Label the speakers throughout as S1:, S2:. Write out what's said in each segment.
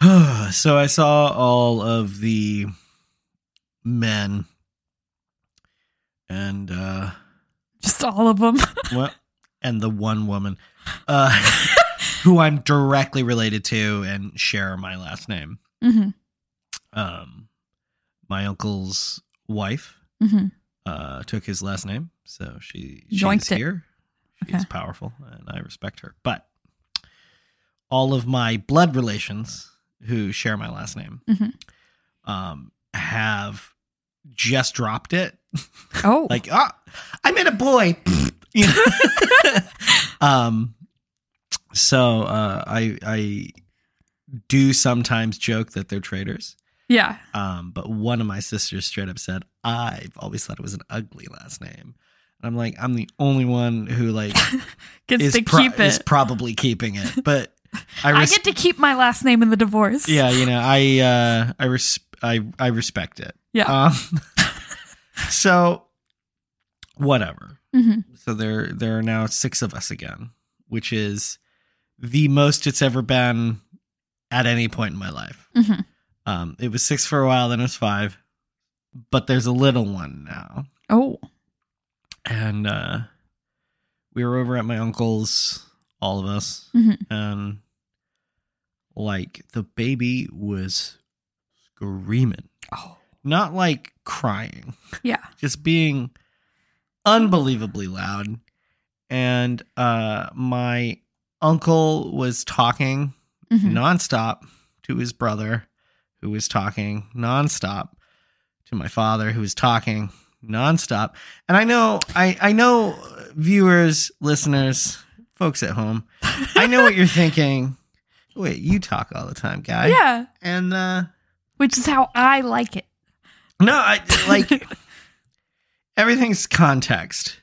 S1: so I saw all of the men, and uh,
S2: Just all of them.
S1: well, and the one woman, uh, who I'm directly related to and share my last name.
S2: hmm
S1: Um, my uncle's wife
S2: hmm
S1: uh, took his last name, so she
S2: Joinked
S1: she's
S2: it.
S1: here. She's
S2: Okay.
S1: powerful, and I respect her. But all of my blood relations who share my last name
S2: Mhm.
S1: um, have just dropped it.
S2: Oh,
S1: like, ah, I met a boy. You know? um, so uh, I I do sometimes joke that they're traitors.
S2: yeah.
S1: Um, but one of my sisters straight up said, I've always thought it was an ugly last name. And I'm like, I'm the only one who like
S2: Gets
S1: is,
S2: to
S1: pro-
S2: keep
S1: is
S2: it.
S1: probably keeping it. But I,
S2: I
S1: res-
S2: get to keep my last name in the divorce.
S1: yeah, you know, I uh I res- I I respect it.
S2: Yeah.
S1: Um so whatever.
S2: Mhm.
S1: So there there are now six of us again, which is the most it's ever been at any point in my life.
S2: Mhm.
S1: Um, it was six for a while, then it was five, but there's a little one now,
S2: Oh.
S1: and uh, we were over at my uncle's, all of us,
S2: Mhm.
S1: and like the baby was screaming,
S2: Oh.
S1: not like crying,
S2: Yeah.
S1: just being unbelievably loud, and uh, my uncle was talking
S2: Mhm.
S1: nonstop to his brother, who was talking nonstop to my father, who was talking nonstop. And I know, I, I know, uh, viewers, listeners, folks at home, I know what you're thinking. Wait, you talk all the time, guy.
S2: yeah.
S1: And uh,
S2: Which is how I like it.
S1: no, I like everything's context.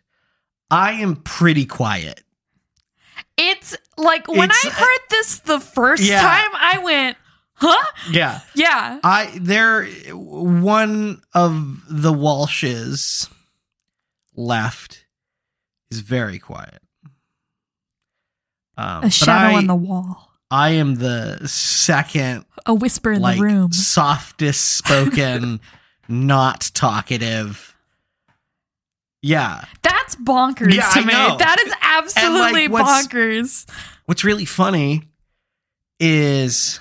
S1: I am pretty quiet.
S2: It's like when
S1: It's-
S2: I heard this the first
S1: Yeah.
S2: time, I went, huh?
S1: Yeah.
S2: Yeah.
S1: I there one of the Walshes left is very quiet. Um,
S2: A
S1: but
S2: shadow
S1: I,
S2: on the wall,
S1: I am the second
S2: a whisper in
S1: like
S2: the room.
S1: softest spoken, not talkative. Yeah.
S2: That's bonkers
S1: Yeah,
S2: to
S1: I
S2: me.
S1: know.
S2: That is absolutely
S1: what's-
S2: bonkers.
S1: What's really funny is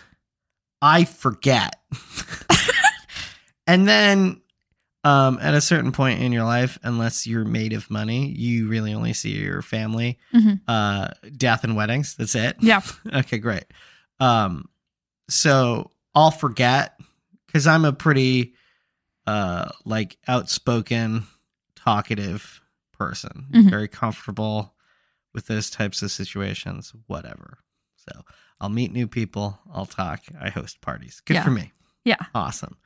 S1: I forget. and then um, at a certain point in your life, unless you're made of money, you really only see your family,
S2: Mhm.
S1: uh, death and weddings. That's it.
S2: Yeah.
S1: okay, great. Um, so I'll forget because I'm a pretty uh, like outspoken, talkative person,
S2: Mhm.
S1: very comfortable with those types of situations, whatever. So I'll meet new people. I'll talk. I host parties. Good
S2: Yeah.
S1: for me.
S2: Yeah.
S1: Awesome.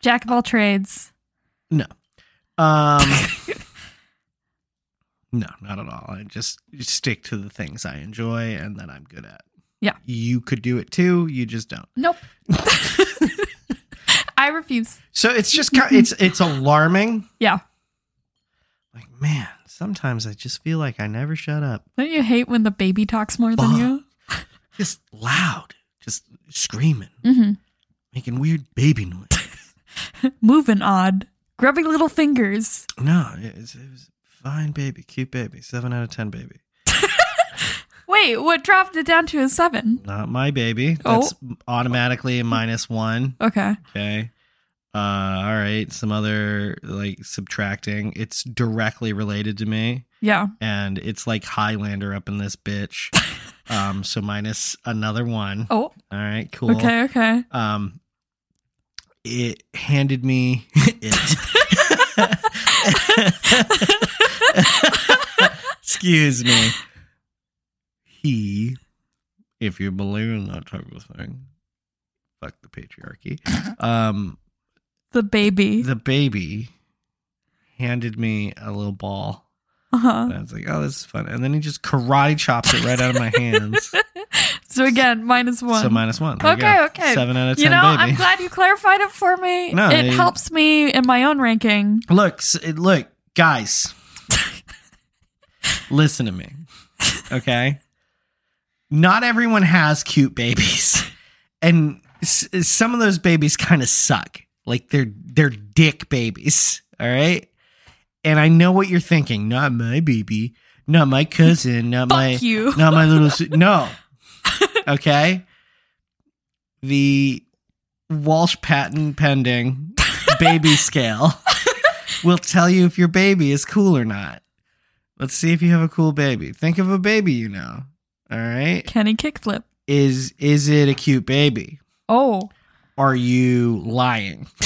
S2: Jack of all trades.
S1: Um, no, not at all. I just stick to the things I enjoy and that I'm good at.
S2: Yeah.
S1: You could do it too. You just don't.
S2: Nope. I refuse.
S1: So it's just kind it's it's alarming.
S2: Yeah.
S1: Like man, sometimes I just feel like I never shut up.
S2: Don't you hate when the baby talks more
S1: Bah.
S2: than you?
S1: Just loud, just screaming,
S2: hmm
S1: making weird baby noise.
S2: Moving odd, grubby little fingers.
S1: no, it was, it was fine, baby, cute baby, seven out of ten, baby.
S2: Wait, what dropped it down to a seven?
S1: Not my baby.
S2: Oh.
S1: That's automatically a minus one.
S2: Okay.
S1: Okay. Uh, all right. Some other like subtracting. It's directly related to me.
S2: Yeah.
S1: and it's like Highlander up in this bitch. um, so minus another one.
S2: Oh,
S1: All right, cool.
S2: okay, okay.
S1: Um, it handed me it. Excuse me. He, if you believe in that type of thing, fuck the patriarchy. Um,
S2: The baby.
S1: the baby handed me a little ball.
S2: Uh-huh.
S1: And I was like, oh, this is fun. And then he just karate chops it right out of my hands.
S2: So again, minus one.
S1: So minus one. There you
S2: Okay,
S1: go.
S2: okay.
S1: Seven out of ten,
S2: you know,
S1: baby.
S2: I'm glad you clarified it for me.
S1: No,
S2: it
S1: it-
S2: helps me in my own ranking.
S1: look, s- it- look, guys, listen to me. Okay. Not everyone has cute babies. And s- some of those babies kind of suck. Like they're they're dick babies. All right. And I know what you're thinking. Not my baby. Not my cousin. Not
S2: Fuck
S1: my
S2: you.
S1: not my little si- no. Okay. The Walsh patent pending baby scale will tell you if your baby is cool or not. Let's see if you have a cool baby. Think of a baby you know. All right.
S2: Kenny kickflip.
S1: Is is it a cute baby?
S2: Oh,
S1: are you lying?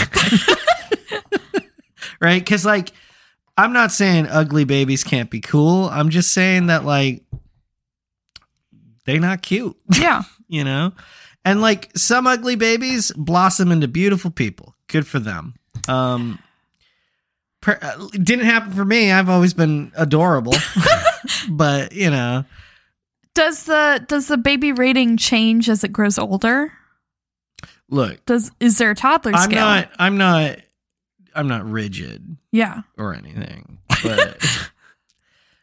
S1: right? Because, like, I'm not saying ugly babies can't be cool. I'm just saying that, like, they're not cute,
S2: yeah.
S1: you know? And, like, some ugly babies blossom into beautiful people. Good for them. Um, per- uh, didn't happen for me. I've always been adorable, but, you know,
S2: Does the does the baby rating change as it grows older?
S1: look,
S2: Does is there a toddler
S1: I'm
S2: scale?
S1: not, I'm not, I'm not rigid.
S2: yeah.
S1: or anything. But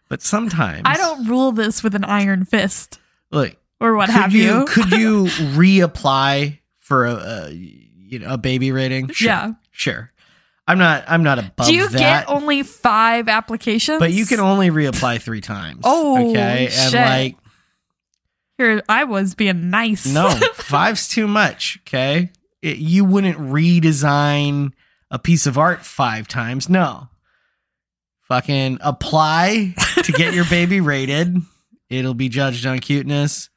S1: but sometimes
S2: I don't rule this with an iron fist
S1: look.
S2: or what
S1: could
S2: have you.
S1: Could you reapply for a, a you know a baby rating? Sure,
S2: Yeah.
S1: sure. I'm not. I'm not above
S2: Do you
S1: that.
S2: get only five applications?
S1: but you can only reapply three times.
S2: Oh,
S1: okay, and
S2: shit.
S1: like
S2: Here, I was being nice.
S1: no, five's too much. Okay, It- you wouldn't redesign a piece of art five times. No, fucking apply to get your baby rated. It'll be judged on cuteness,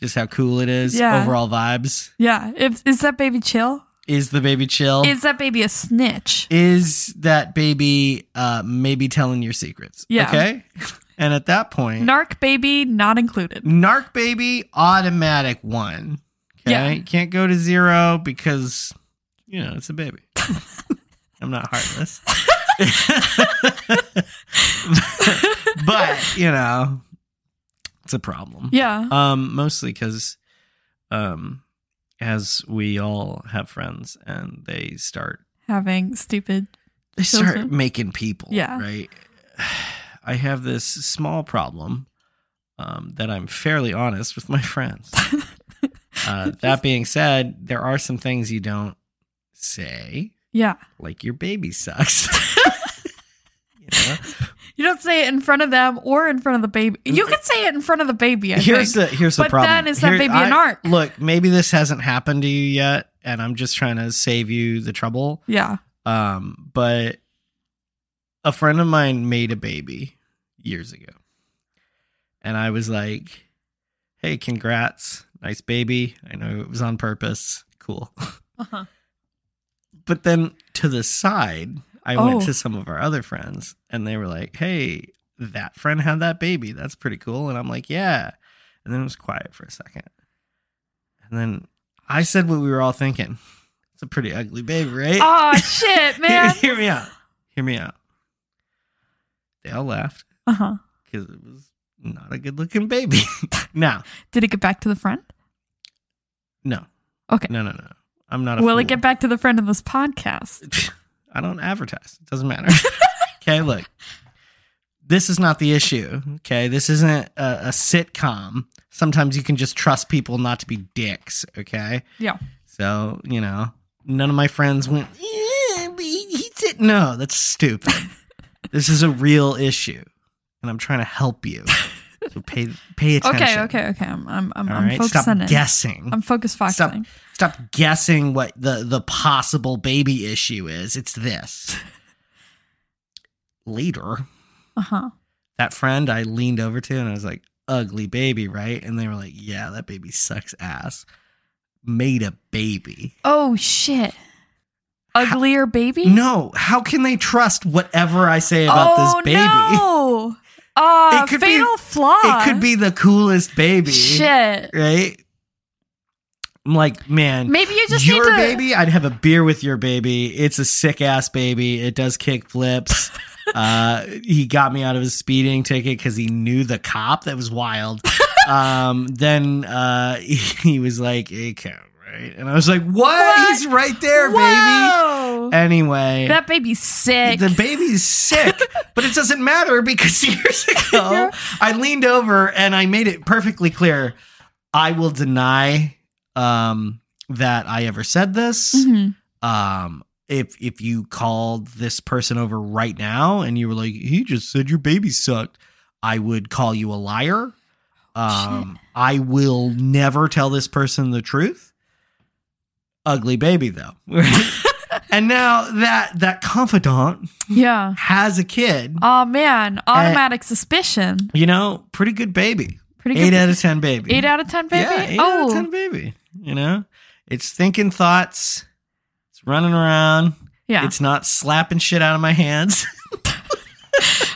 S1: just how cool it is,
S2: Yeah.
S1: overall vibes.
S2: yeah. If, is that baby chill?
S1: Is the baby chill?
S2: Is that baby a snitch?
S1: Is that baby uh maybe telling your secrets?
S2: Yeah.
S1: Okay. And at that point,
S2: Narc baby not included.
S1: Narc baby automatic one. Okay. Can't go to zero because you know it's a baby. I'm not heartless. but, you know, it's a problem.
S2: Yeah.
S1: Um, mostly because um as we all have friends and they start
S2: Having stupid.
S1: they start
S2: Children.
S1: making people.
S2: Yeah.
S1: Right. I have this small problem um, that I'm fairly honest with my friends. uh, that being said, there are some things you don't say,
S2: Yeah.
S1: like your baby sucks. you know?
S2: You don't say it in front of them or in front of the baby. You could say it in front of the baby. I
S1: here's
S2: think.
S1: the here's the
S2: But
S1: problem.
S2: then is that
S1: Here-
S2: baby an
S1: I-
S2: arc?
S1: Look, maybe this hasn't happened to you yet, and I'm just trying to save you the trouble.
S2: yeah.
S1: Um, but a friend of mine made a baby years ago. And I was like, hey, congrats. Nice baby. I know it was on purpose. Cool.
S2: Uh-huh.
S1: But then to the side, I went
S2: Oh.
S1: to some of our other friends and they were like, hey, that friend had that baby. That's pretty cool. And I'm like, yeah. And then it was quiet for a second. And then I said what we were all thinking. It's a pretty ugly baby, right?
S2: Oh shit, man.
S1: Hear, hear me out. Hear me out. They all laughed
S2: Uh huh.
S1: because it was not a good looking baby. now,
S2: Did it get back to the front?
S1: no.
S2: Okay.
S1: No, no, no. I'm not a
S2: Will
S1: fool.
S2: it get back to the front of this podcast?
S1: I don't advertise. It doesn't matter. okay, look. This is not the issue. Okay. This isn't a, a sitcom. Sometimes you can just trust people not to be dicks. Okay.
S2: Yeah.
S1: So, you know, none of my friends went, "Yeah, but he he did. No, that's stupid. this is a real issue. And I'm trying to help you. So pay pay attention.
S2: Okay, okay, okay. I'm I'm I'm,
S1: All
S2: I'm
S1: right?
S2: focused
S1: Stop
S2: on it.
S1: guessing.
S2: I'm focused foxing.
S1: Stop guessing what the the possible baby issue is. It's this. Later,
S2: Uh huh.
S1: that friend I leaned over to and I was like, "Ugly baby, right?" And they were like, "Yeah, that baby sucks ass." Made a baby.
S2: Oh shit. Uglier baby.
S1: No, how can they trust whatever I say about
S2: oh,
S1: this baby?
S2: No. Uh,
S1: It could be-
S2: fatal flaw.
S1: It could be the coolest baby,
S2: Shit.
S1: right? I'm like, man,
S2: Maybe you just
S1: your
S2: need to.
S1: baby i'd have a beer with your baby it's a sick ass baby it does kick flips uh he got me out of his speeding ticket because he knew the cop that was wild um then uh he, was like hey count right and i was like what,
S2: What?
S1: he's right there
S2: Whoa.
S1: baby anyway
S2: That baby's sick.
S1: the baby's sick, but it doesn't matter because years ago
S2: Yeah.
S1: I leaned over and I made it perfectly clear I will deny um,
S3: that I ever said this.
S2: Mhm.
S3: Um, if if you called this person over right now and you were like, he just said your baby sucked, I would call you a liar.
S2: Oh,
S3: Um, I will never tell this person the truth. Ugly baby though. and now that that confidant
S2: Yeah.
S3: has a kid,
S2: Oh man,
S1: Eh.
S2: automatic suspicion.
S3: you know, pretty good baby.
S2: Pretty
S3: Eight
S2: good.
S3: out of ten baby.
S2: Eight out of ten, baby.
S3: Yeah, eight out of
S2: oh,
S3: ten baby. You know, it's thinking thoughts. It's running around.
S2: yeah.
S3: It's not slapping shit out of my hands.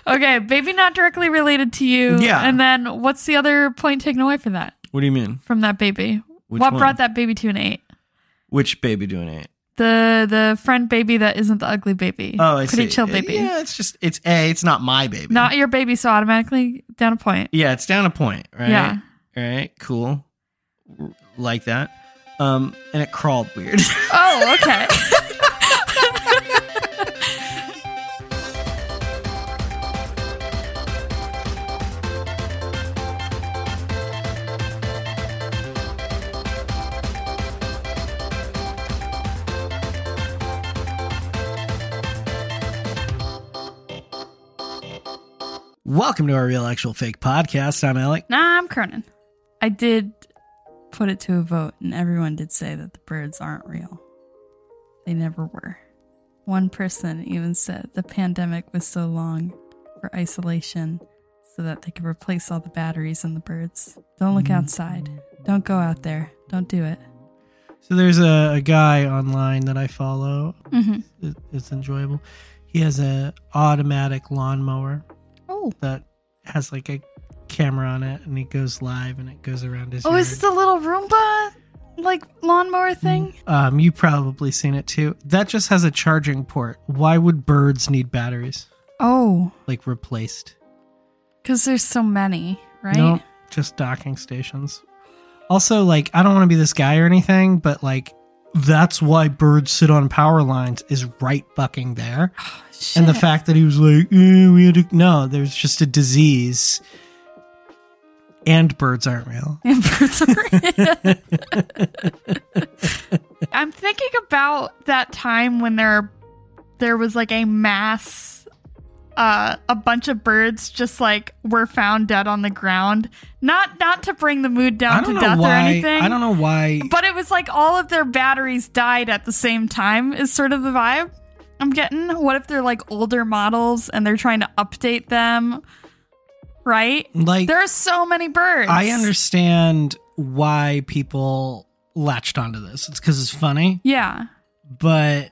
S2: Okay, baby, not directly related to you.
S3: Yeah.
S2: And then what's the other point taken away from that?
S3: what do you mean?
S2: From that baby?
S3: Which
S2: what
S3: one?
S2: brought that baby to an eight?
S3: Which baby doing it?
S2: The the friend baby that isn't the ugly baby.
S3: Oh, I
S2: Pretty
S3: see.
S2: chill baby.
S3: Yeah, it's just it's a. It's not my baby.
S2: Not your baby, so automatically down a point.
S3: Yeah, it's down a point. Right.
S2: Yeah.
S3: Right. Cool. R- Like that. Um, and it crawled weird.
S2: Oh, okay.
S3: Welcome to our real actual fake podcast. I'm Alec.
S4: Nah, I'm Cronin.
S2: I did.
S4: Put it to a vote, and everyone did say that the birds aren't real. They never were. One person even said the pandemic was so long for isolation so that they could replace all the batteries in the birds. Don't look
S3: Mm.
S4: outside. Don't go out there. Don't do it.
S1: So there's a, a guy online that I follow.
S4: Mm-hmm.
S1: It- It's enjoyable. He has a automatic lawnmower
S4: Oh.
S1: that has like a camera on it, and he goes live, and it goes around his.
S2: Oh,
S1: yard.
S2: is this the little Roomba like lawnmower thing?
S1: Um, you probably seen it too. That just has a charging port. Why would birds need batteries?
S4: Oh,
S1: Like replaced?
S4: because there's so many, right?
S1: No, just docking stations. Also, like I don't want to be this guy or anything, but like that's why birds sit on power lines is right fucking there. And the
S4: Shit.
S1: fact that he was like, eh, we had to, no, there's just a disease. And birds aren't real.
S4: And birds are real.
S2: I'm thinking about that time when there there was like a mass uh a bunch of birds just like were found dead on the ground. Not not to bring the mood
S1: I
S2: down to
S1: don't
S2: death
S1: know
S2: or
S1: why.
S2: anything.
S1: I don't know why.
S2: But it was like all of their batteries died at the same time is sort of the vibe I'm getting. What if they're like older models and they're trying to update them? Right?
S1: Like,
S2: There are so many birds.
S1: I understand why people latched onto this. It's because it's funny,
S2: Yeah.
S1: but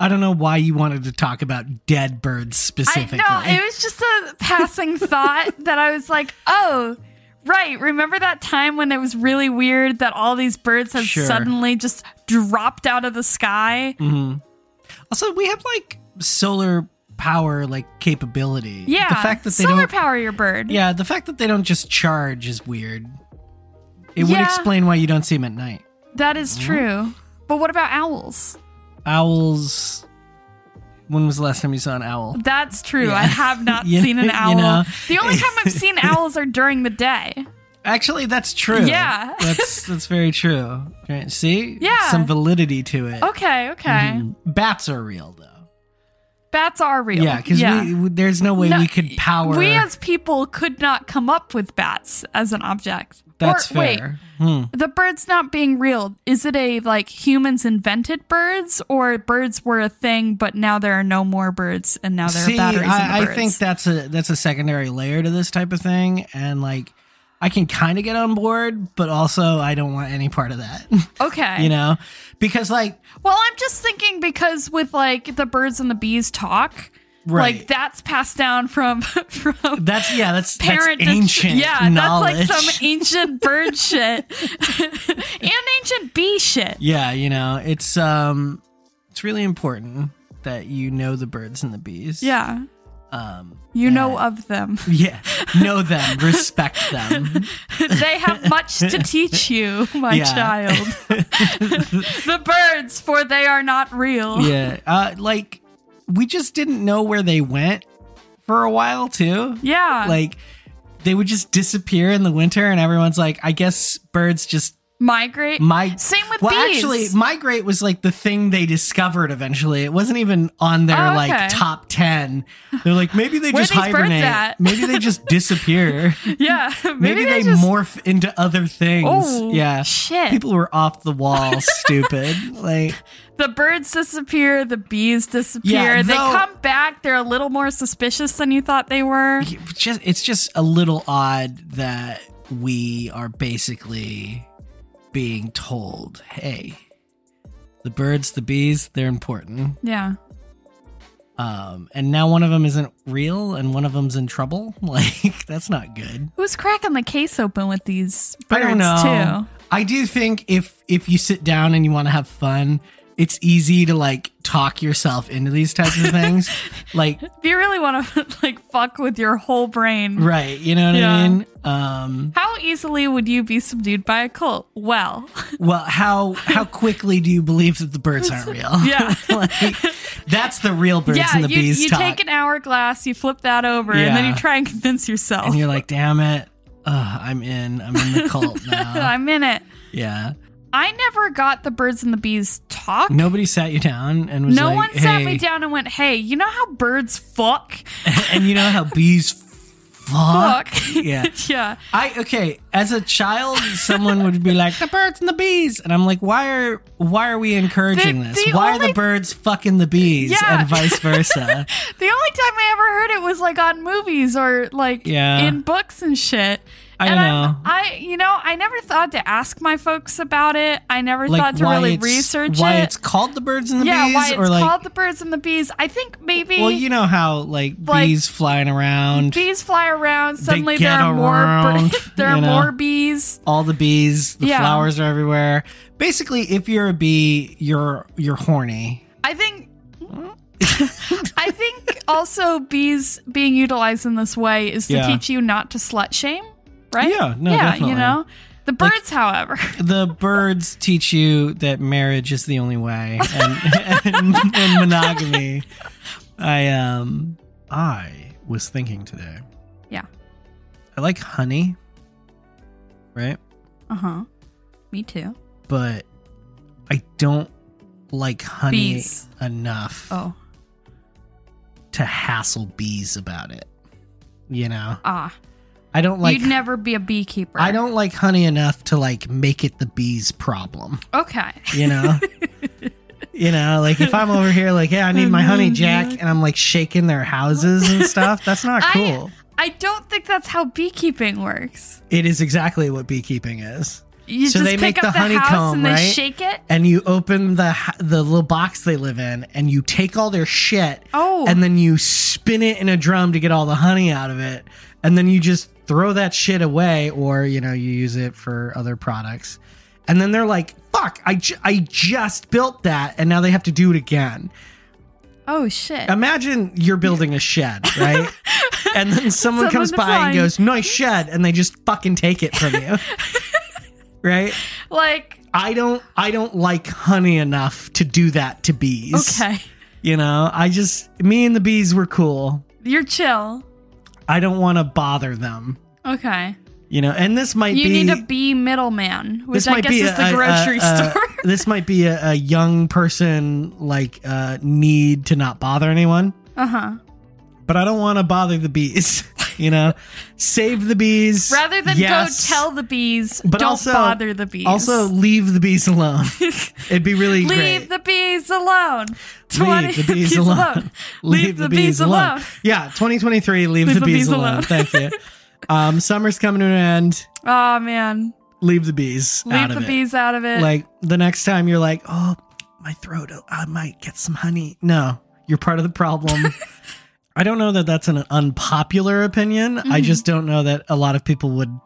S1: I don't know why you wanted to talk about dead birds
S2: I
S1: specifically.
S2: know it was just a passing thought that I was like, oh, right. Remember that time when it was really weird that all these birds have
S1: Sure.
S2: suddenly just dropped out of the sky?
S1: Mhm. Also, we have like solar power like capability.
S2: Yeah,
S1: the fact that they
S2: solar
S1: don't
S2: power your bird.
S1: Yeah, the fact that they don't just charge is weird. It would
S2: Yeah.
S1: explain why you don't see them at night.
S2: that is true. But what about owls?
S1: Owls. When was the last time you saw an owl?
S2: That's true.
S1: Yeah.
S2: I have not
S1: You-
S2: seen an
S1: you
S2: owl.
S1: know.
S2: The only time I've seen owls are during the day.
S1: Actually, that's true.
S2: Yeah.
S1: that's that's very true. Right, See,
S2: Yeah.
S1: some validity to it.
S2: Okay, okay.
S1: Mhm. Bats are real though.
S2: Bats are real.
S1: Yeah, because we, we- there's no way
S2: No,
S1: we could power.
S2: We as people could not come up with bats as an object.
S1: that's
S2: Or- wait,
S1: fair. Hmm.
S2: the birds not being real is it a like humans invented birds or birds were a thing but now there are no more birds and now there
S1: See,
S2: are batteries in the
S1: I, I
S2: birds
S1: think that's a that's a secondary layer to this type of thing, and like I can kind of get on board, but also I don't want any part of that.
S2: okay
S1: you know, because like
S2: well i'm just thinking because with like the birds and the bees talk
S1: Right.
S2: like that's passed down from from
S1: that's yeah, that's
S2: parent
S1: that's
S2: to-
S1: ancient
S2: yeah
S1: knowledge.
S2: that's like some e- ancient bird shit and ancient bee shit
S1: yeah, you know, it's um, it's really important that you know the birds and the bees.
S2: yeah
S1: um,
S2: you know
S1: and-
S2: of them
S1: yeah, know them, respect them.
S2: they have much to teach you, my
S1: Yeah.
S2: child. the birds, for they are not real.
S1: yeah, uh, like we just didn't know where they went for a while too.
S2: Yeah.
S1: like they would just disappear in the winter and everyone's like i guess birds just
S2: migrate.
S1: My
S2: Same with
S1: well,
S2: bees.
S1: actually, migrate was like the thing they discovered eventually. It wasn't even on their
S2: Oh, okay.
S1: like top ten. They're like maybe they
S2: Where
S1: just
S2: are these birds
S1: hibernate.
S2: at?
S1: Maybe they just disappear.
S2: yeah,
S1: maybe, they,
S2: just-
S1: morph into other things.
S2: Oh,
S1: yeah,
S2: shit.
S1: people were off the wall, stupid. Like
S2: the birds disappear, the bees disappear.
S1: Yeah,
S2: they
S1: though-
S2: come back. They're a little more suspicious than you thought they were.
S1: just it's just a little odd that we are basically being told, hey, the birds, the bees, they're important.
S2: Yeah.
S1: Um, and now one of them isn't real and one of them's in trouble. Like, that's not good.
S2: Who's cracking the case open with these
S1: I
S2: birds
S1: don't know. I do think if if you sit down and you want to have fun, it's easy to like talk yourself into these types of things. like
S2: too? If you really want to like fuck with your whole brain,
S1: right, you know what
S2: Yeah.
S1: I mean? Um
S2: how easily would you be subdued by a cult? Well,
S1: Well, how how quickly do you believe that the birds aren't real?
S2: Yeah.
S1: Like, that's the real birds
S2: yeah,
S1: and the
S2: you,
S1: bees
S2: you
S1: talk.
S2: take an hourglass, you flip that over, and then
S1: Yeah.
S2: you try and convince yourself.
S1: and you're like, damn it, Ugh, I'm in, I'm in the cult now.
S2: I'm in it.
S1: yeah,
S2: I never got the birds and the bees talk.
S1: nobody sat you down and was
S2: No
S1: like,
S2: one
S1: hey,
S2: sat me down and went, "Hey, you know how birds fuck?
S1: and you know how bees fuck?
S2: Fuck."
S1: Yeah,
S2: yeah.
S1: I okay. As a child, someone would be like, the birds and the bees, and I'm like, why are why are we encouraging
S2: The-
S1: this?
S2: the
S1: why are
S2: only-
S1: the birds fucking the bees
S2: Yeah.
S1: and vice versa?
S2: The only time I ever heard it was like on movies or like
S1: Yeah.
S2: in books and shit.
S1: I
S2: and I'm-
S1: know.
S2: I you know I never thought to ask my folks about it. I never thought to really
S1: it's-
S2: research
S1: why
S2: it.
S1: it's called the birds and the
S2: yeah,
S1: bees,
S2: why it's
S1: or like,
S2: called the birds and the bees. I think maybe
S1: well, you know how like,
S2: Like,
S1: bees flying around,
S2: bees fly around. Suddenly there
S1: get
S2: are more
S1: around,
S2: bir- there are
S1: you know.
S2: more bees.
S1: all the bees, the
S2: Yeah.
S1: flowers are everywhere. Basically, if you're a bee, you're you're horny.
S2: I think. I think also bees being utilized in this way is to
S1: Yeah.
S2: teach you not to slut shame, right?
S1: Yeah, no,
S2: yeah,
S1: definitely.
S2: you know. The
S1: Like-
S2: birds, however,
S1: The birds teach you that marriage is the only way, and, and, and monogamy. I um, I was thinking today.
S2: Yeah.
S1: I like honey, right?
S4: Uh
S2: Uh-huh.
S4: huh. Me too.
S1: but I don't like honey
S2: Bees.
S1: enough
S4: Oh,
S1: to hassle bees about it. You know,
S2: ah,
S1: I don't like
S2: you'd never be a beekeeper.
S1: I don't like honey enough to like make it the bees' problem.
S2: Okay.
S1: You know. You know, like if I'm over here, like, yeah, I need my honey, Jack, and I'm like shaking their houses and stuff. That's not
S2: I-
S1: cool.
S2: I don't think that's how beekeeping works.
S1: It is exactly what beekeeping is.
S2: You
S1: So
S2: just
S1: they
S2: pick
S1: make
S2: up
S1: the
S2: the, house
S1: honeycomb,
S2: and they
S1: right?
S2: shake it.
S1: And you open the h- the little box they live in, and you take all their shit,
S2: Oh,
S1: and then you spin it in a drum to get all the honey out of it and then you just throw that shit away or you know you use it for other products and then they're like fuck i, ju- I just built that and now they have to do it again
S4: oh shit.
S1: Um, imagine you're building a shed right and then someone
S2: Someone
S1: comes by
S2: design.
S1: and goes nice shed and they just fucking take it from you right
S2: like
S1: i don't i don't like honey enough to do that to bees
S2: okay,
S1: you know i just me and the bees were cool
S2: you're chill.
S1: I don't want to bother them.
S2: Okay,
S1: You know, and this might
S2: you
S1: be
S2: need a bee middleman, which
S1: this
S2: I
S1: might
S2: guess
S1: be
S2: is
S1: a-
S2: the
S1: a- uh,
S2: grocery
S1: a- a-
S2: store.
S1: this might be a, a young person like uh, need to not bother anyone,
S2: Uh huh.
S1: but I don't want to bother the bees. You know, save the bees
S2: Rather than
S1: yes.
S2: go tell the bees,
S1: But
S2: don't
S1: also-
S2: bother the bees.
S1: Also, leave the bees alone. It'd be really
S2: leave
S1: great.
S2: the bees alone.
S1: Leave the bees alone.
S2: Leave the bees alone.
S1: Yeah, 2023. Leave, the, bees, alone. Thank you. Um, summer's coming to an end.
S2: Oh man,
S1: Leave the bees out
S2: leave
S1: of it.
S2: the bees out of it.
S1: like the next time you're like, oh, my throat, I might get some honey. No, you're part of the problem. I don't know that that's an unpopular opinion. I
S2: Mm-hmm.
S1: just don't know that a lot of people would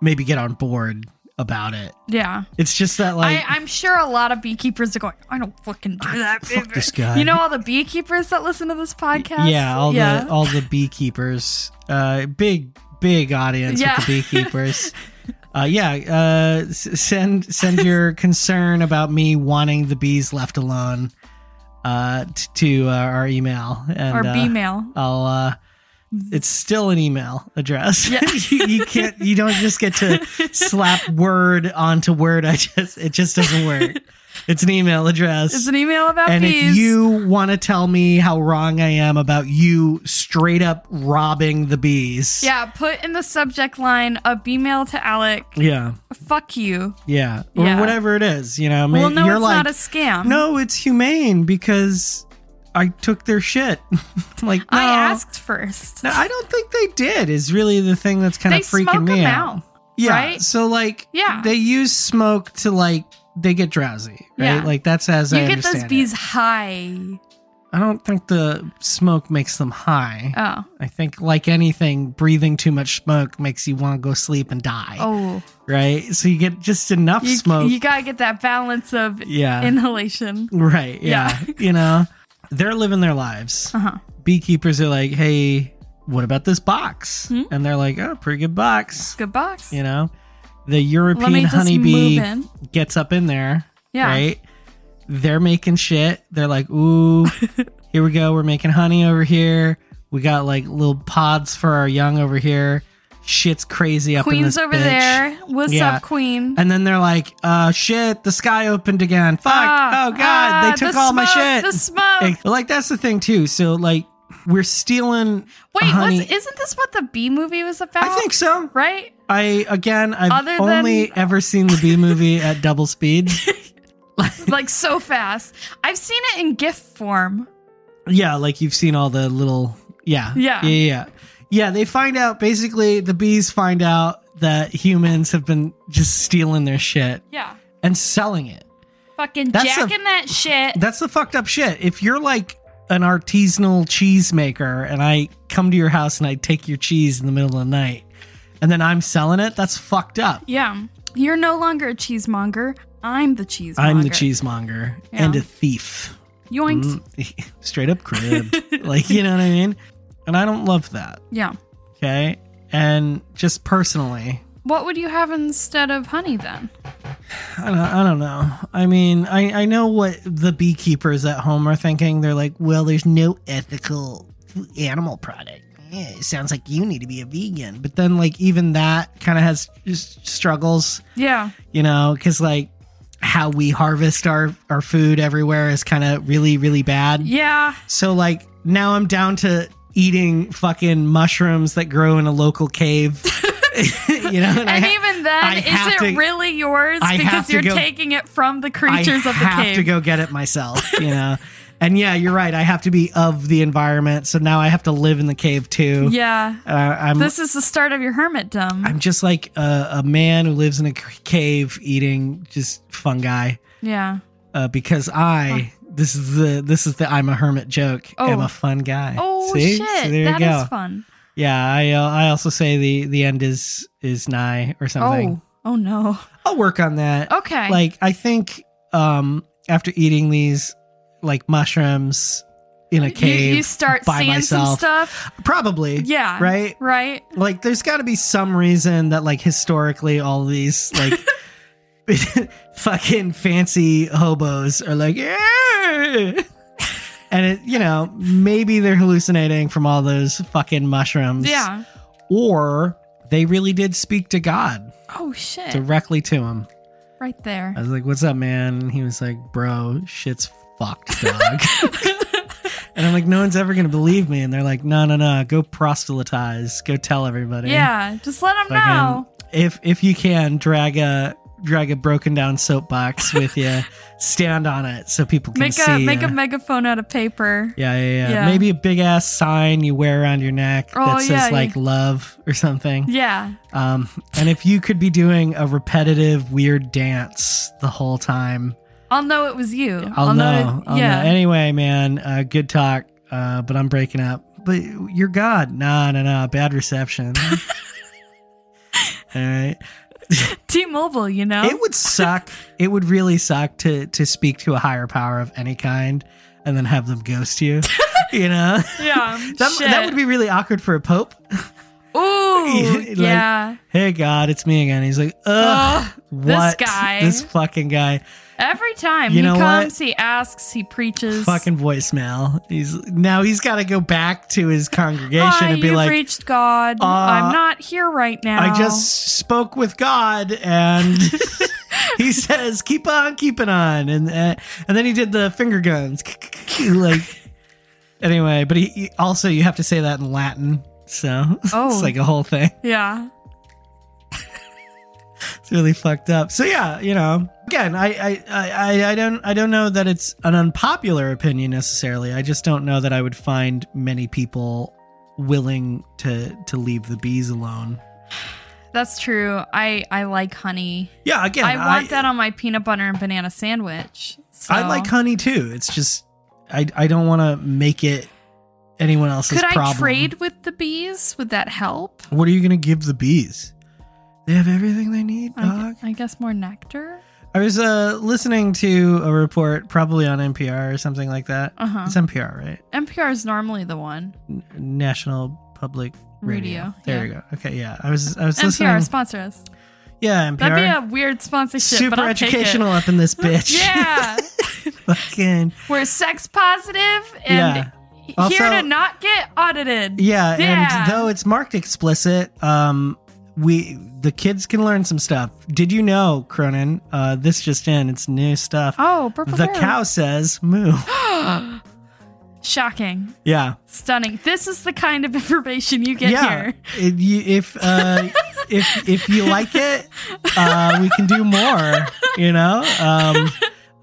S1: maybe get on board about it.
S2: yeah.
S1: It's just that like
S2: I, I'm sure a lot of beekeepers are going, I don't fucking do that.
S1: fuck
S2: baby."
S1: this guy.
S2: You know, all the beekeepers that listen to this podcast?
S1: yeah, all
S2: yeah.
S1: the all the beekeepers, uh, big big audience
S2: Yeah.
S1: with the beekeepers. Uh, yeah, uh, s- send send your concern about me wanting the bees left alone uh, t- to uh, our email and
S2: or
S1: uh,
S2: bee mail.
S1: I'll uh, It's still an email address.
S2: Yeah.
S1: you, you can't. You don't just get to slap word onto word. I just. It just doesn't work. It's an email address.
S4: It's an email about
S1: and
S4: peas.
S1: if you want to tell me how wrong I am about you straight up robbing the bees,
S2: Yeah, put in the subject line a email to Alec.
S1: yeah,
S2: Fuck you.
S1: yeah, or
S2: Yeah.
S1: whatever it is, you know, I mean,
S4: well, no,
S1: you're
S4: it's
S1: like,
S4: not a scam.
S1: no, it's humane because I took their shit. like, no,
S2: I asked first.
S1: no, I don't think they did. Is really the thing that's kind
S2: They
S1: of freaking
S2: smoke
S1: me
S2: him
S1: out.
S2: out.
S1: Yeah.
S2: right?
S1: So like,
S2: Yeah.
S1: they use smoke to like they get drowsy, right?
S2: Yeah.
S1: Like that's as I
S2: you get those
S1: understand it.
S2: bees high.
S1: I don't think the smoke makes them high.
S2: Oh,
S1: I think, like anything, breathing too much smoke makes you want to go sleep and die,
S2: oh.
S1: right? So you get just enough
S2: You,
S1: smoke.
S2: you gotta get that balance of
S1: yeah.
S2: inhalation.
S1: right. Yeah. you know, they're living their lives.
S2: Uh huh.
S1: Beekeepers are like, hey, what about this box?
S2: Hmm?
S1: And they're like, oh, pretty good box.
S2: Good box.
S1: You know, the
S2: Let me
S1: European
S2: just
S1: honeybee
S2: move in.
S1: gets up in there,
S2: Yeah.
S1: right? They're making shit. They're like, ooh, here we go. We're making honey over here. We got like little pods for our young over here. Shit's crazy up in
S2: Queen's
S1: this
S2: over
S1: bitch.
S2: there. What's
S1: Yeah.
S2: up, Queen?
S1: And then they're like, uh, shit, the sky opened again. Fuck.
S2: Ah,
S1: oh, God.
S2: ah,
S1: they took
S2: the
S1: all my
S2: smoke,
S1: shit.
S2: The smoke.
S1: Like- like, that's the thing, too. So, like, we're stealing.
S2: Wait,
S1: honey-
S2: was, isn't this what the bee movie was about?
S1: I think so.
S2: Right?
S1: I, again, I've
S2: Oh. Other than-
S1: only ever seen the B movie at double speed.
S2: like so fast. I've seen it in GIF form.
S1: Yeah, like you've seen all the little yeah.
S2: Yeah.
S1: Yeah, yeah. Yeah, they find out basically the bees find out that humans have been just stealing their shit
S2: Yeah.
S1: and selling it.
S2: Fucking
S1: That's a-
S2: jacking that shit.
S1: That's the fucked up shit. If you're like an artisanal cheese maker and I come to your house and I take your cheese in the middle of the night and then I'm selling it, that's fucked up.
S2: yeah. You're no longer a cheesemonger. I'm the cheesemonger.
S1: I'm the cheesemonger
S2: Yeah.
S1: and a thief.
S2: Yoinks.
S1: Mm. Straight up cribbed. like, you know what I mean? And I don't love that.
S2: Yeah.
S1: Okay. And just personally,
S2: What would you have instead of honey then?
S1: I don't, Uh, I don't know. I mean, I, I know what the beekeepers at home are thinking. They're like, well, there's no ethical animal product. Yeah, it sounds like you need to be a vegan. But then, like, even that kind of has s- struggles,
S2: Yeah.
S1: you know, because, like, how we harvest our, our food everywhere is kind of really, really bad.
S2: Yeah.
S1: So like now I'm down to eating fucking mushrooms that grow in a local cave. you know, and, I,
S2: And
S1: ha- I
S2: even then, is
S1: have
S2: it
S1: to-
S2: really yours?
S1: I have
S2: because
S1: to
S2: you're
S1: go-
S2: taking it from the
S1: I
S2: creatures of the
S1: have
S2: cave.
S1: to go get it myself. You know, and yeah, you're right. I have to be of the environment. So now I have to live in the cave too.
S2: yeah.
S1: Uh, I'm
S2: This is the start of your hermitdom.
S1: I'm just like a, a man who lives in a c- cave eating just fungi
S2: yeah.
S1: uh, because I. This is the this is the I'm a hermit joke.
S2: Oh.
S1: I'm a fun guy.
S2: Oh
S1: See?
S2: shit.
S1: So
S2: That
S1: there
S2: is
S1: you go.
S2: fun.
S1: Yeah, I uh, I also say the the end is is nigh or something.
S2: Oh. Oh no.
S1: I'll work on that.
S2: Okay.
S1: Like I think um after eating these like mushrooms in a
S2: You- you,
S1: cave,
S2: start
S1: by
S2: seeing some
S1: myself.
S2: stuff.
S1: probably.
S2: Yeah.
S1: Right?
S2: Right.
S1: Like there's got to be some reason that like historically all these like fucking fancy hobos are like yeah. And it, you know, maybe they're hallucinating from all those fucking mushrooms.
S2: Yeah.
S1: or they really did speak to God
S2: Oh shit.
S1: directly to him.
S2: right there.
S1: I was like, "What's up, man?" And he was like, "Bro, shit's fucked, dog." and I'm like, "No one's ever gonna believe me." And they're like, "No, no, no, go proselytize, go tell everybody."
S2: Yeah. Just let them
S1: Fucking-
S2: know.
S1: If if you can, drag a drag a broken down soapbox with you, stand on it so people can
S2: Make
S1: see.
S2: a make
S1: ya.
S2: a megaphone out of paper.
S1: yeah, yeah, yeah,
S2: Yeah.
S1: Maybe a big ass sign you wear around your neck
S2: Oh,
S1: that says
S2: yeah, yeah.
S1: like love or something.
S2: Yeah.
S1: Um, and if you could be doing a repetitive, weird dance the whole time,
S2: I'll know it was you.
S1: I'll, know.
S2: it-
S1: I'll
S2: yeah.
S1: know. Anyway, man, uh, good talk, uh, but I'm breaking up. But you're God. Nah, nah, nah. Bad reception. All right.
S2: T-Mobile. You know.
S1: It would suck. it would really suck to to speak to a higher power of any kind and then have them ghost you. you know?
S2: yeah.
S1: That, that would be really awkward for a pope.
S2: Ooh.
S1: like-
S2: yeah.
S1: Hey God, it's me again. He's like, ugh.
S2: Ugh.
S1: What?
S2: Oh, guy.
S1: This fucking guy.
S2: Every time
S1: You
S2: he
S1: know what?
S2: comes, he asks, he preaches.
S1: Fucking voicemail. He's now he's got to go back to his congregation
S2: Hi,
S1: and be
S2: you've
S1: like,
S2: reached God.
S1: "Uh,
S2: I'm not here right now.
S1: I just spoke with God and he says, keep on keeping on. And uh, and then he did the finger guns. like, anyway, but he, he- also, you have to say that in Latin. So
S2: Oh.
S1: it's like a whole thing.
S2: Yeah.
S1: It's really fucked up. So yeah, you know, again, I, I, I, I- I don't, I don't know that it's an unpopular opinion necessarily. I just don't know that I would find many people willing to, to leave the bees alone.
S2: That's true. I I like honey.
S1: Yeah. Again,
S2: I want that on my peanut butter and banana sandwich. So.
S1: I like honey too. It's just I I don't want to make it anyone else's
S2: Could
S1: problem.
S2: I trade with the bees? Would that help?
S1: What are you gonna give the bees? They have everything they need,
S2: I,
S1: dog.
S2: gu- I guess more nectar.
S1: I was uh, listening to a report, probably on NPR or something like that.
S2: Uh huh.
S1: It's NPR, right?
S2: NPR is normally the one.
S1: N- National Public Radio.
S2: Radio,
S1: There
S2: yeah.
S1: you go. Okay, yeah. I was I was
S2: NPR
S1: listening.
S2: sponsor us.
S1: yeah, NPR.
S2: That'd be a weird sponsorship,
S1: Super
S2: but I'll
S1: educational up in this
S2: Take it.
S1: bitch.
S2: yeah,
S1: Fucking
S2: we're sex positive and here
S1: Also-
S2: to not get audited.
S1: Yeah,
S2: Yeah.
S1: and though it's marked explicit, um, we the kids can learn some stuff. Did you know, Cronin? Uh, this just in, it's new stuff.
S2: Oh, purple
S1: the cow says moo.
S2: cow. Shocking,
S1: Yeah,
S2: stunning. This is the kind of information you get
S1: yeah.
S2: here.
S1: If you, if, uh, if if you like it, uh, we can do more. You know, um,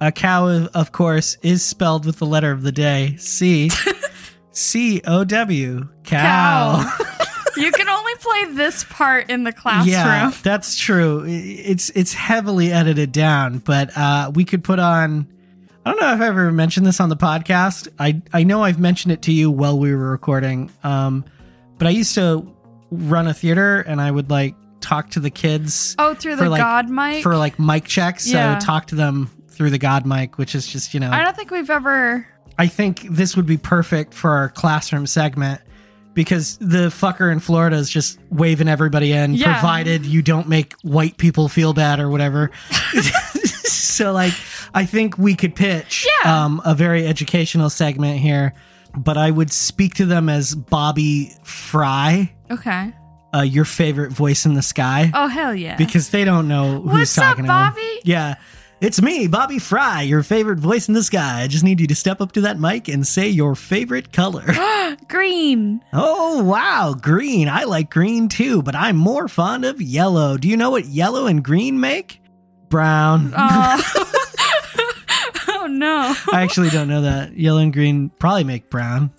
S1: a cow, of- of course, is spelled with the letter of the day C. C O W cow.
S2: you can only play this part in the classroom.
S1: Yeah, that's true. I- It's it's heavily edited down, but uh, we could put on. I don't know if I ever mentioned this on the podcast. I I know I've mentioned it to you while we were recording. Um, but I used to run a theater, and I would like talk to the kids
S2: Oh, through the
S1: For, like-
S2: God mic.
S1: for like mic checks. So I
S2: Yeah.
S1: would talk to them through the God mic, which is just you know.
S2: I don't think we've ever.
S1: I think this would be perfect for our classroom segment because the fucker in Florida is just waving everybody in,
S2: Yeah.
S1: provided you don't make white people feel bad or whatever. so, like, I think we could pitch
S2: Yeah.
S1: um, a very educational segment here, but I would speak to them as Bobby Fry,
S2: Okay.
S1: uh, your favorite voice in the sky,
S2: Oh hell yeah.
S1: because they don't know who's
S2: What's up,
S1: talking to them.
S2: Bobby?
S1: Yeah. It's me, Bobby Fry, your favorite voice in the sky. I just need you to step up to that mic and say your favorite color.
S2: Green.
S1: oh, wow, green. I like green too, but I'm more fond of yellow. Do you know what yellow and green make? Brown.
S2: Oh. oh no.
S1: I actually don't know that. Yellow and green probably make brown.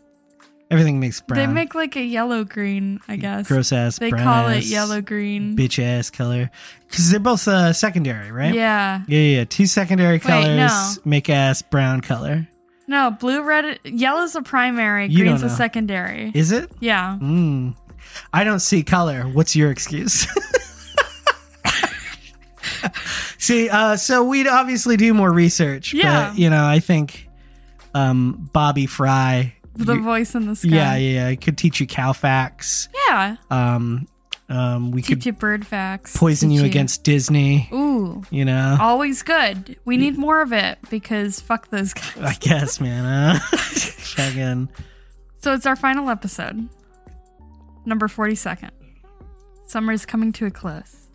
S1: Everything makes brown.
S2: They make like a yellow green, I guess.
S1: gross ass.
S2: they
S1: brown
S2: call it
S1: ass,
S2: yellow green.
S1: Bitch ass color. Because they're both uh, secondary, right?
S2: Yeah.
S1: Yeah, yeah, yeah. Two secondary colors
S2: no.
S1: make ass brown color.
S2: No, blue, red, yellow's a primary,
S1: You
S2: green's
S1: don't
S2: a
S1: know.
S2: secondary.
S1: Is it?
S2: yeah.
S1: Mm. I don't see color. What's your excuse? see, uh, so we'd obviously do more research,
S2: Yeah.
S1: but you know, I think um, Bobby Fry.
S2: The
S1: you-
S2: voice in the sky.
S1: yeah, yeah, yeah. I could teach you cow facts.
S2: Yeah.
S1: Um, um, we
S2: Teach
S1: could
S2: you bird facts.
S1: poison
S2: Teach
S1: you against Disney.
S2: Ooh.
S1: You know,
S2: Always good. We need more of it because fuck those
S1: I
S2: guys.
S1: guess, man. Huh? Fucking
S2: So it's our final episode, number 42nd. Summer is coming to a close.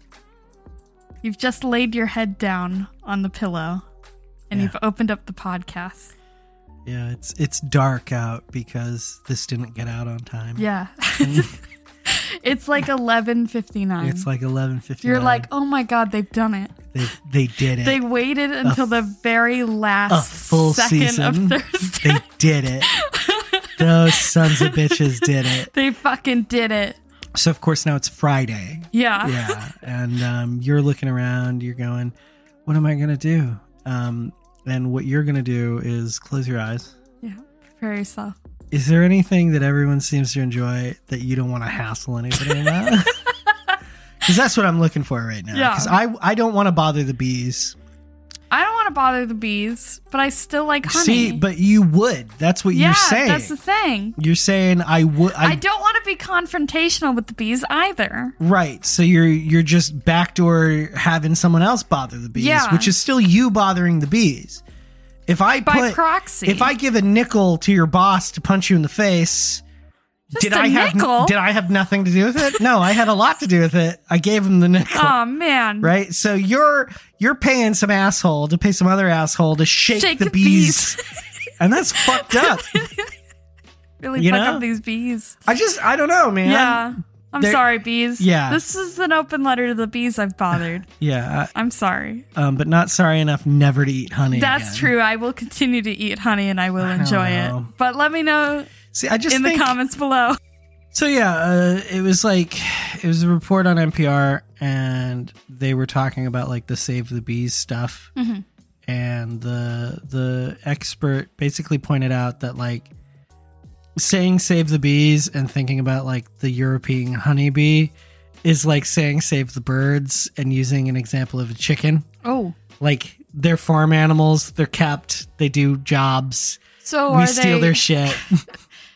S2: You've just laid your head down on the pillow and
S1: Yeah.
S2: you've opened up the podcast.
S1: yeah. It's it's dark out because this didn't get out on time.
S2: Yeah. it's like 11:59.
S1: Mm. It's like eleven fifty.
S2: You're like, "Oh my god, they've done it."
S1: they, they did it.
S2: They waited until the very
S1: a
S2: last
S1: full
S2: second
S1: season.
S2: of Thursday.
S1: They did it. Those sons of bitches did it.
S2: They fucking did it.
S1: So of course now it's Friday.
S2: Yeah.
S1: Yeah, and um, you're looking around. You're going, "What am I gonna do?" Um, and what you're gonna do is close your eyes.
S2: Yeah. Prepare yourself.
S1: Is there anything that everyone seems to enjoy that you don't want to hassle anybody about? Because that's what I'm looking for right now.
S2: Yeah.
S1: Because I I don't want to bother the bees.
S2: I don't want to bother the bees, but I still like honey.
S1: See, but you would. That's what
S2: yeah,
S1: you're saying.
S2: that's the thing.
S1: you're saying I would.
S2: I don't want to be confrontational with the bees either.
S1: Right. So you're you're just backdoor having someone else bother the bees,
S2: Yeah.
S1: which is still you bothering the bees. If I
S2: By
S1: put,
S2: proxy.
S1: if I give a nickel to your boss to punch you in the face,
S2: Just
S1: did
S2: a
S1: I have
S2: nickel?
S1: did I have nothing to do with it? No, I had a lot to do with it. I gave him the nickel.
S2: Oh man.
S1: Right, so you're you're paying some asshole to pay some other asshole to shake,
S2: Shake
S1: the
S2: the
S1: bees, and that's fucked up.
S2: Really
S1: You
S2: fuck
S1: know?
S2: up these bees.
S1: I just I don't know, man.
S2: yeah. I'm
S1: they're-
S2: sorry, bees.
S1: Yeah.
S2: This is an open letter to the bees I've bothered.
S1: yeah,
S2: I'm sorry.
S1: I- um, but not sorry enough never to eat honey.
S2: That's
S1: again.
S2: true. I will continue to eat honey and I will
S1: don't
S2: enjoy
S1: know.
S2: it. But let me know
S1: See, I just
S2: in the
S1: think-
S2: comments below.
S1: So yeah, uh, it was like it was a report on NPR, and they were talking about like the save the bees stuff,
S2: Mhm.
S1: and the the expert basically pointed out that like saying save the bees and thinking about like the European honeybee is like saying save the birds and using an example of a chicken.
S2: Oh.
S1: Like they're farm animals, they're kept, they do jobs,
S2: So
S1: we
S2: are
S1: steal
S2: they
S1: their shit.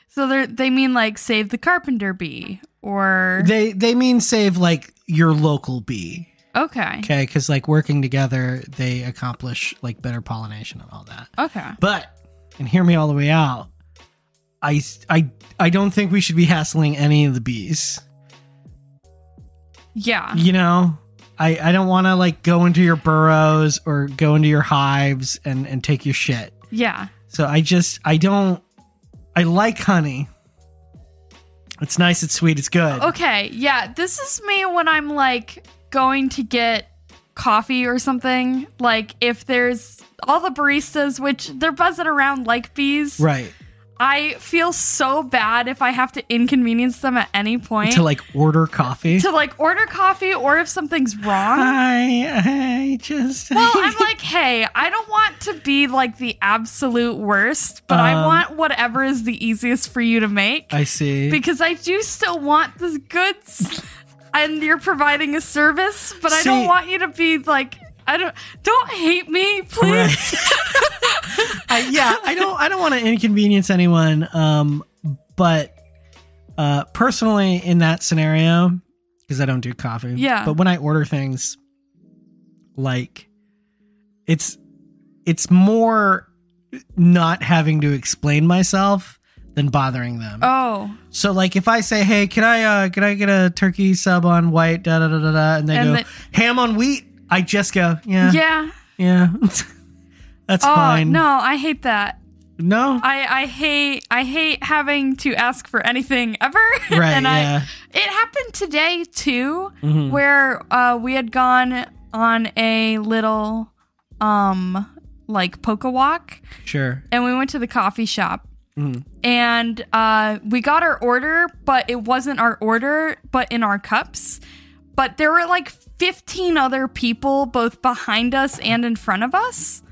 S2: So they they mean like save the carpenter bee or
S1: they they mean save like your local bee.
S2: Okay.
S1: Okay, because like working together, they accomplish like better pollination and all that.
S2: Okay.
S1: But and hear me all the way out. I I I don't think we should be hassling any of the bees.
S2: Yeah.
S1: You know, I I don't want to like go into your burrows or go into your hives and and take your shit.
S2: Yeah.
S1: So I just I don't. I like honey. It's nice. It's sweet. It's good.
S2: Okay. Yeah. This is me when I'm like going to get coffee or something. Like if there's all the baristas, which they're buzzing around like bees.
S1: Right.
S2: I feel so bad if I have to inconvenience them at any point
S1: To like order coffee.
S2: to like order coffee or if something's wrong.
S1: I I just
S2: Well, I'm like, hey, I don't want to be like the absolute worst, but
S1: Um,
S2: I want whatever is the easiest for you to make
S1: I see.
S2: because I do still want the goods and you're providing a service, but I don't
S1: See-
S2: want you to be like, I don't, don't hate me, please.
S1: I, Uh, yeah, I don't I don't want to inconvenience anyone. Um, but uh, personally, in that scenario, because I don't do coffee.
S2: Yeah.
S1: But when I order things, like, it's it's more not having to explain myself than bothering them.
S2: Oh,
S1: So like if I say, "Hey, can I uh can I get a turkey sub on white da da da da da," and they
S2: And
S1: go
S2: the-
S1: ham on wheat, I just go, "Yeah, yeah,
S2: yeah.
S1: that's
S2: Oh,
S1: fine."
S2: no, I hate that.
S1: no,
S2: I, I hate I hate having to ask for anything ever.
S1: Right,
S2: and I
S1: yeah.
S2: it happened today too,
S1: Hmm.
S2: where uh, we had gone on a little um like poke walk
S1: sure.
S2: and we went to the coffee shop.
S1: Hmm.
S2: And uh, we got our order, but it wasn't our order, but in our cups. But there were like 15 other people, both behind us and in front of us.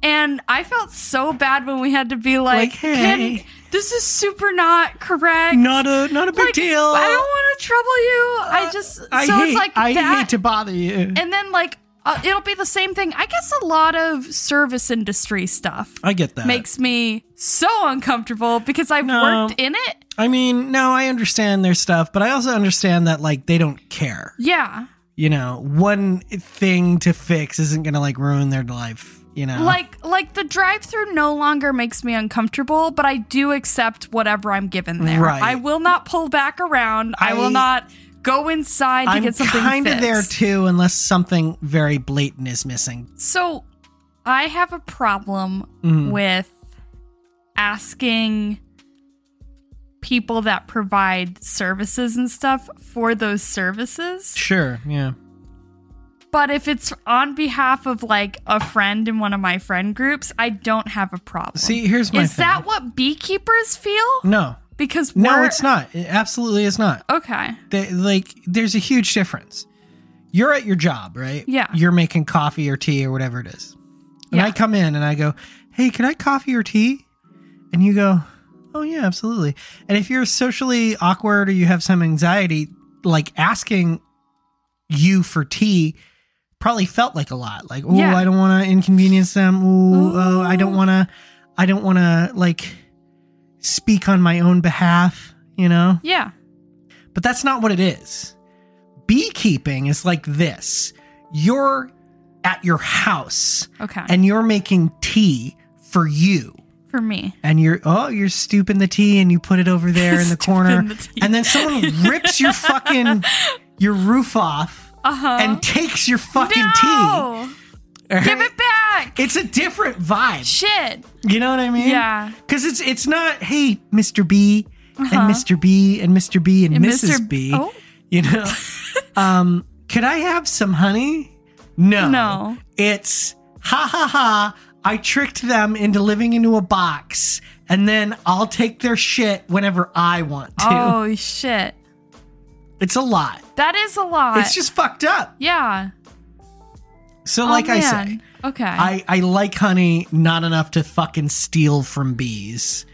S2: And I felt so bad when we had to be like,
S1: Like, hey.
S2: "Can- this is super not correct.
S1: Not a not a big
S2: Like,
S1: deal. Uh,
S2: I don't want to trouble you. I just,
S1: I
S2: so
S1: hate,
S2: it's like
S1: I
S2: that
S1: hate to bother you.
S2: and then like uh, it'll be the same thing. I guess a lot of service industry stuff
S1: I get that.
S2: makes me so uncomfortable because I've
S1: Uh, No.
S2: worked in it.
S1: I mean, no, I understand their stuff, but I also understand that like they don't care.
S2: Yeah.
S1: You know, one thing to fix isn't gonna like ruin their life. You know,
S2: Like like the drive-through no longer makes me uncomfortable, but I do accept whatever I'm given there.
S1: Right.
S2: I will not pull back around. I,
S1: I-
S2: will not go inside to
S1: I'm
S2: get something
S1: kind of
S2: fixed.
S1: there too, unless something very blatant is missing.
S2: So I have a problem
S1: Mm-hmm.
S2: with asking people that provide services and stuff for those services.
S1: Sure. Yeah.
S2: But if it's on behalf of like a friend in one of my friend groups, I don't have a problem.
S1: See, here's my
S2: Is
S1: thing.
S2: that what beekeepers feel?
S1: No.
S2: Because
S1: No,
S2: we're-
S1: it's not. It absolutely is not.
S2: Okay.
S1: They, like, there's a huge difference. You're at your job, right?
S2: Yeah.
S1: You're making coffee or tea or whatever it is. And
S2: Yeah.
S1: I come in and I go, hey, can I coffee or tea? And you go, oh, yeah, absolutely. And if you're socially awkward or you have some anxiety, like asking you for tea probably felt like a lot. Like, oh,
S2: Yeah.
S1: I don't want to inconvenience them. Ooh, oh, I don't
S4: Ooh.
S1: want to. I don't want to like speak on my own behalf. You know.
S2: Yeah.
S1: But that's not what it is. Beekeeping is like this you're at your house
S2: Okay.
S1: and you're making tea for you.
S2: For me.
S1: And you're, oh, you're stooping the tea and you put it over there in the corner.
S2: Stooping the tea.
S1: and then someone rips your fucking, your roof off
S2: Uh huh.
S1: and takes your fucking
S2: no!
S1: tea. All
S2: Give
S1: right?
S2: it back.
S1: It's a different vibe.
S2: Shit.
S1: You know what I mean?
S2: Yeah.
S1: Because it's, it's not, hey, Mr. B and Mr. B and Mr. B and,
S2: Uh-huh. And
S1: Mrs.
S2: Mr.
S1: B
S2: Oh
S1: you know um could i have some honey no
S2: No.
S1: it's ha ha ha i tricked them into living into a box and then i'll take their shit whenever i want to
S2: Oh shit.
S1: it's a lot
S2: That is a lot.
S1: it's just fucked up
S2: yeah.
S1: so like
S2: oh,
S1: i say
S2: man. Okay.
S1: I, I like honey not enough to fucking steal from bees.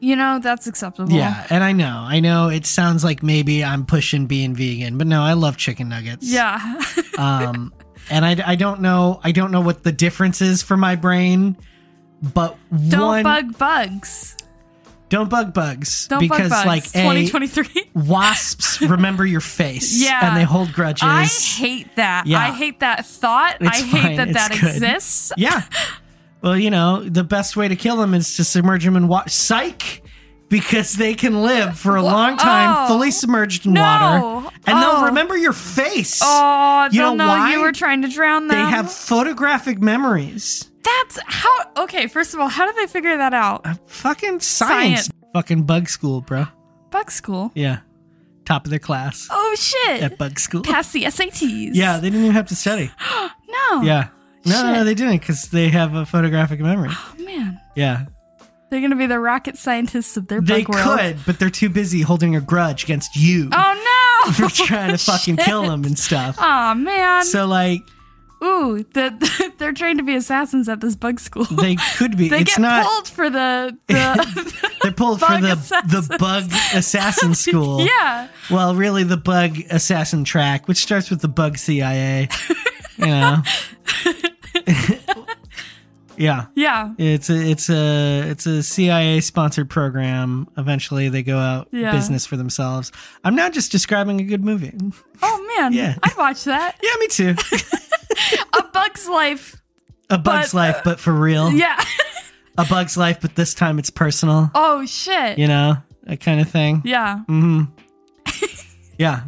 S4: You know, that's acceptable.
S1: Yeah, and I know, I know it sounds like maybe I'm pushing being vegan, but no, I love chicken nuggets.
S2: yeah.
S1: um, and I, I don't know I don't know what the difference is for my brain, but one
S2: Don't bug bugs.
S1: don't bug bugs
S2: Don't
S1: because
S2: bug bugs.
S1: like a
S2: 2023.
S1: wasps remember your face
S2: Yeah.
S1: and they hold grudges.
S2: I hate that.
S1: Yeah.
S2: I hate that thought.
S1: It's
S2: I hate
S1: fine.
S2: that
S1: It's
S2: that
S1: good.
S2: exists.
S1: yeah, well you know the best way to kill them is to submerge them in water. Psych. Because they can live for a
S2: Wha-
S1: long time
S2: oh.
S1: fully submerged in
S2: No.
S1: water, and
S2: Oh.
S1: they'll remember your face.
S2: Oh,
S1: You
S2: they'll
S1: know
S2: know,
S1: why?
S2: you were trying to drown
S1: they
S2: them.
S1: have photographic memories.
S2: That's how. Okay, first of all, how did they figure that out?
S1: Uh, fucking science.
S2: Science.
S1: Fucking bug school, bro.
S2: Bug school.
S1: Yeah. Top of their class
S2: Oh shit!
S1: at bug school.
S2: Pass the SATs.
S1: Yeah, they didn't even have to study.
S2: No.
S1: Yeah. No, no, no,
S2: Shit.
S1: they didn't because they have a photographic memory.
S2: Oh man,
S1: Yeah.
S2: they're gonna be the rocket scientists of their
S1: They
S2: bug world.
S1: could, but they're too busy holding a grudge against you
S2: Oh no!
S1: for trying to fucking kill them and stuff.
S2: Oh man.
S1: So, like,
S2: Ooh, the, they're trained to be assassins at this bug school.
S1: they could be.
S2: They
S1: it's
S2: get
S1: not.
S2: pulled for the the.
S1: They're pulled for
S2: bug
S1: the
S2: assassins.
S1: the bug assassin school.
S2: yeah.
S1: Well, really, the bug assassin track, which starts with the bug CIA. you know. yeah.
S2: Yeah.
S1: It's a it's a it's a CIA sponsored program. Eventually, they go out
S2: Yeah.
S1: business for themselves. I'm now just describing a good movie.
S2: Oh man.
S1: Yeah.
S2: I'd watch that.
S1: Yeah, me too.
S2: A Bug's Life.
S1: a Bug's
S2: But-
S1: Life, but for real.
S2: Yeah.
S1: A Bug's Life, but this time it's personal.
S2: Oh shit.
S1: You know that kind of thing.
S2: Yeah.
S1: hmm yeah,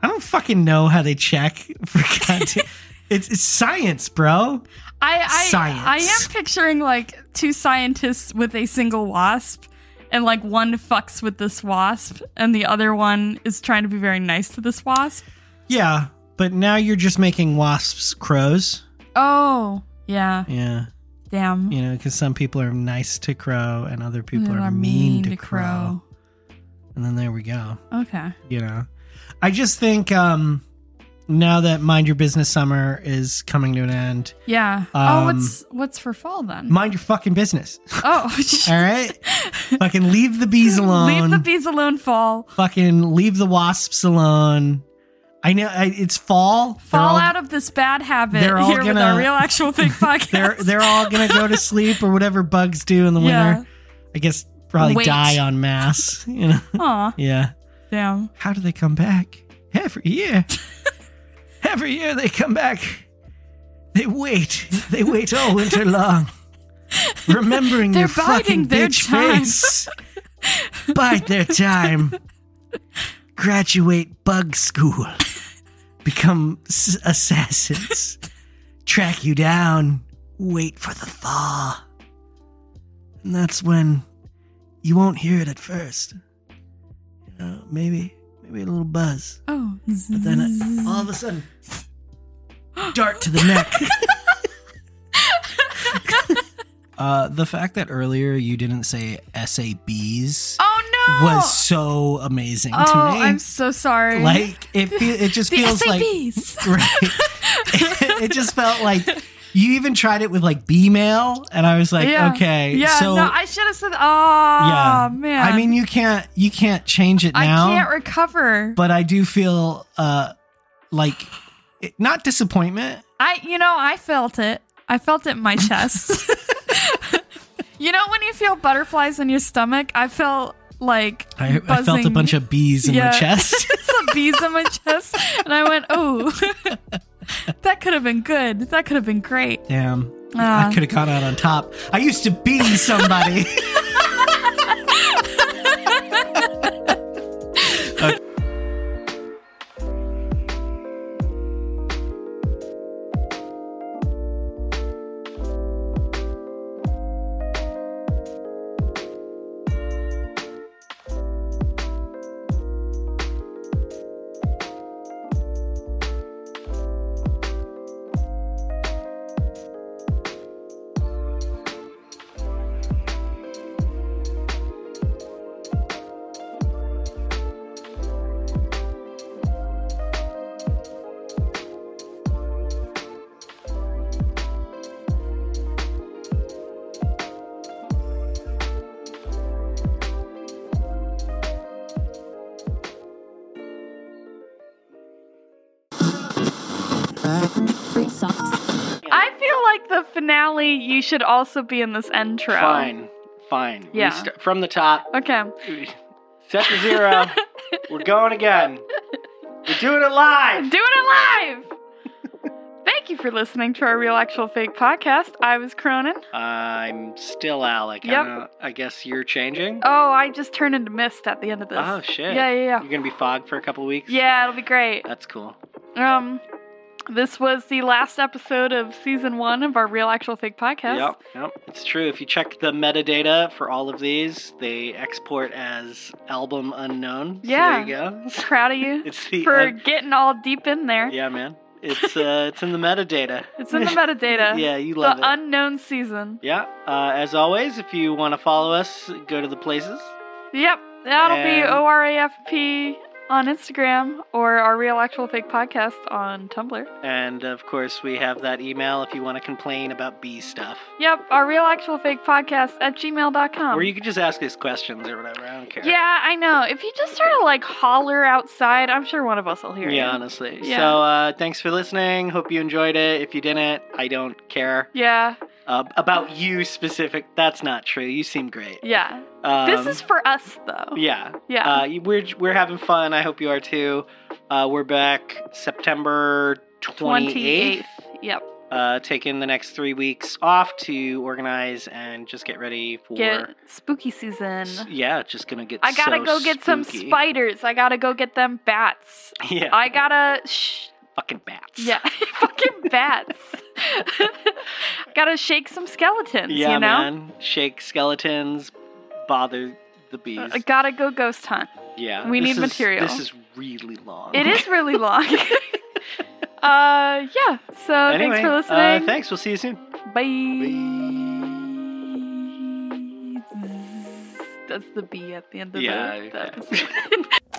S1: I don't fucking know how they check for content. it's, it's science, bro.
S2: I I
S1: Science.
S2: I am picturing like two scientists with a single wasp. And like one fucks with this wasp, and the other one is trying to be very nice to this wasp.
S1: Yeah, but now you're just making wasps crows.
S2: Oh, yeah,
S1: Yeah.
S2: damn.
S1: you know, because some people are nice to crow and other people
S2: They
S1: are, mean, to, crow. And then there we go.
S2: crow. Okay.
S1: You know, I just think um, now that Mind Your Business summer is coming to an end,
S2: Yeah.
S1: Um,
S2: oh, what's what's for fall then?
S1: mind your fucking business.
S2: oh,
S1: All right, fucking leave the bees alone.
S2: leave the bees alone. Fall.
S1: fucking leave the wasps alone. I know I, it's fall. They're
S2: Fall
S1: all-
S2: out of this bad habit
S1: they're all
S2: here with
S1: gonna-
S2: our real actual thing podcast.
S1: They're they're all gonna go to sleep or whatever bugs do in the
S2: yeah.
S1: winter. I guess probably
S2: Wait.
S1: die on mass. You know.
S2: Aw,
S1: Yeah.
S2: damn.
S1: how do they come back? Every year. Every year they come back. They wait. They wait all winter long. Remembering
S2: They're
S1: your fucking
S2: biding their
S1: bitch
S2: time.
S1: face. Bide their time. Graduate bug school. Become s- assassins. Track you down. Wait for the thaw. And that's when you won't hear it at first. You know, maybe, maybe a little buzz.
S2: Oh,
S1: But then it, all of a sudden, dart to the neck.
S5: Uh, the fact that earlier you didn't say SABs
S2: oh no.
S5: was so amazing
S2: oh,
S5: to me.
S2: I'm so sorry.
S5: like it, fe- it just
S2: the
S5: feels like
S2: SABs.
S5: right. it just felt like you even tried it with like B mail, and I was like,
S2: yeah.
S5: okay,
S2: Yeah.
S5: so
S2: no, I should have said. Oh,
S5: yeah,
S2: man.
S5: I mean, you can't you can't change it
S2: I
S5: now,
S2: can't recover.
S5: but I do feel uh like
S1: it- not disappointment.
S2: I, you know, I felt it. I felt it in my chest. you know, when you feel butterflies in your stomach, I felt like
S6: I, I felt a
S2: buzzing-
S6: bunch of bees in
S2: Yeah.
S6: my chest.
S2: some bees in my chest, and I went, "Oh, that could have been good. That could have been great."
S6: Damn.
S2: Ah.
S6: I could have gone out on top. I used to be somebody.
S7: Free socks.
S2: I feel like the finale. You should also be in this intro.
S1: Fine, fine.
S2: Yeah.
S1: Restart- from the top.
S2: Okay.
S1: Set to zero. We're going again. We're doing it live.
S2: Doing it live. Thank you for listening to our Real Actual Fake podcast. I was Cronin.
S1: I'm still Alec. I,
S2: Yep.
S1: don't- I guess you're changing.
S2: Oh, I just turned into mist at the end of this.
S1: Oh, shit.
S2: Yeah, yeah, yeah.
S1: You're gonna be fogged for a couple weeks.
S2: Yeah, it'll be great.
S1: That's cool.
S2: Um, this was the last episode of season one of our Real Actual Fake podcast.
S1: Yep, yep, it's true. If you check the metadata for all of these, they export as album unknown. So
S2: Yeah.
S1: there you go.
S2: Proud of you
S1: It's the
S2: for
S1: un-
S2: getting all deep in there.
S1: yeah, man. It's uh, it's in the metadata.
S2: It's in the metadata.
S1: yeah, you love
S2: The
S1: it.
S2: unknown season.
S1: yeah. Uh, as always, if you want to follow us, go to the places.
S2: Yep. That'll
S1: And-
S2: be ORAFP on Instagram or our Real Actual Fake podcast on Tumblr.
S1: And of course, we have that email if you want to complain about bee stuff.
S2: Yep. Our Real Actual Fake podcast at gmail.com.
S1: or you could just ask us questions or whatever. I don't care.
S2: Um. yeah, I know. If you just sort of like holler outside, I'm sure one of us will hear
S1: Yeah,
S2: you.
S1: honestly.
S2: Yeah.
S1: So uh, thanks for listening. Hope you enjoyed it. If you didn't, I don't care.
S2: Yeah,
S1: Uh, about you specific, that's not true. You seem great.
S2: yeah.
S1: Um,
S2: this is for us though.
S1: yeah.
S2: Yeah.
S1: Uh, you- we're we're having fun. I hope you are too. Uh, we're back September twenty eighth.
S2: Yep.
S1: Uh, taking the next three weeks off to organize and just get ready for.
S2: Get spooky season.
S1: s- Yeah, just gonna get.
S2: I gotta
S1: so
S2: go get some
S1: spooky.
S2: spiders. I gotta go get them bats.
S1: Yeah,
S2: I gotta. Sh-
S1: fucking bats.
S2: yeah, fucking bats. gotta shake some skeletons.
S1: Yeah,
S2: you know.
S1: man. Shake skeletons, bother the bees.
S2: I gotta go ghost hunt.
S1: yeah,
S2: Uh, we
S1: this
S2: need
S1: is-
S2: material.
S1: This is really long.
S2: It is really long. uh, yeah. So
S1: Anyway,
S2: thanks for
S1: Uh,
S2: listening.
S1: thanks. We'll see you soon.
S2: Bye. That's the B at the end of
S1: Yeah,
S2: the, the
S1: yeah.
S2: episode.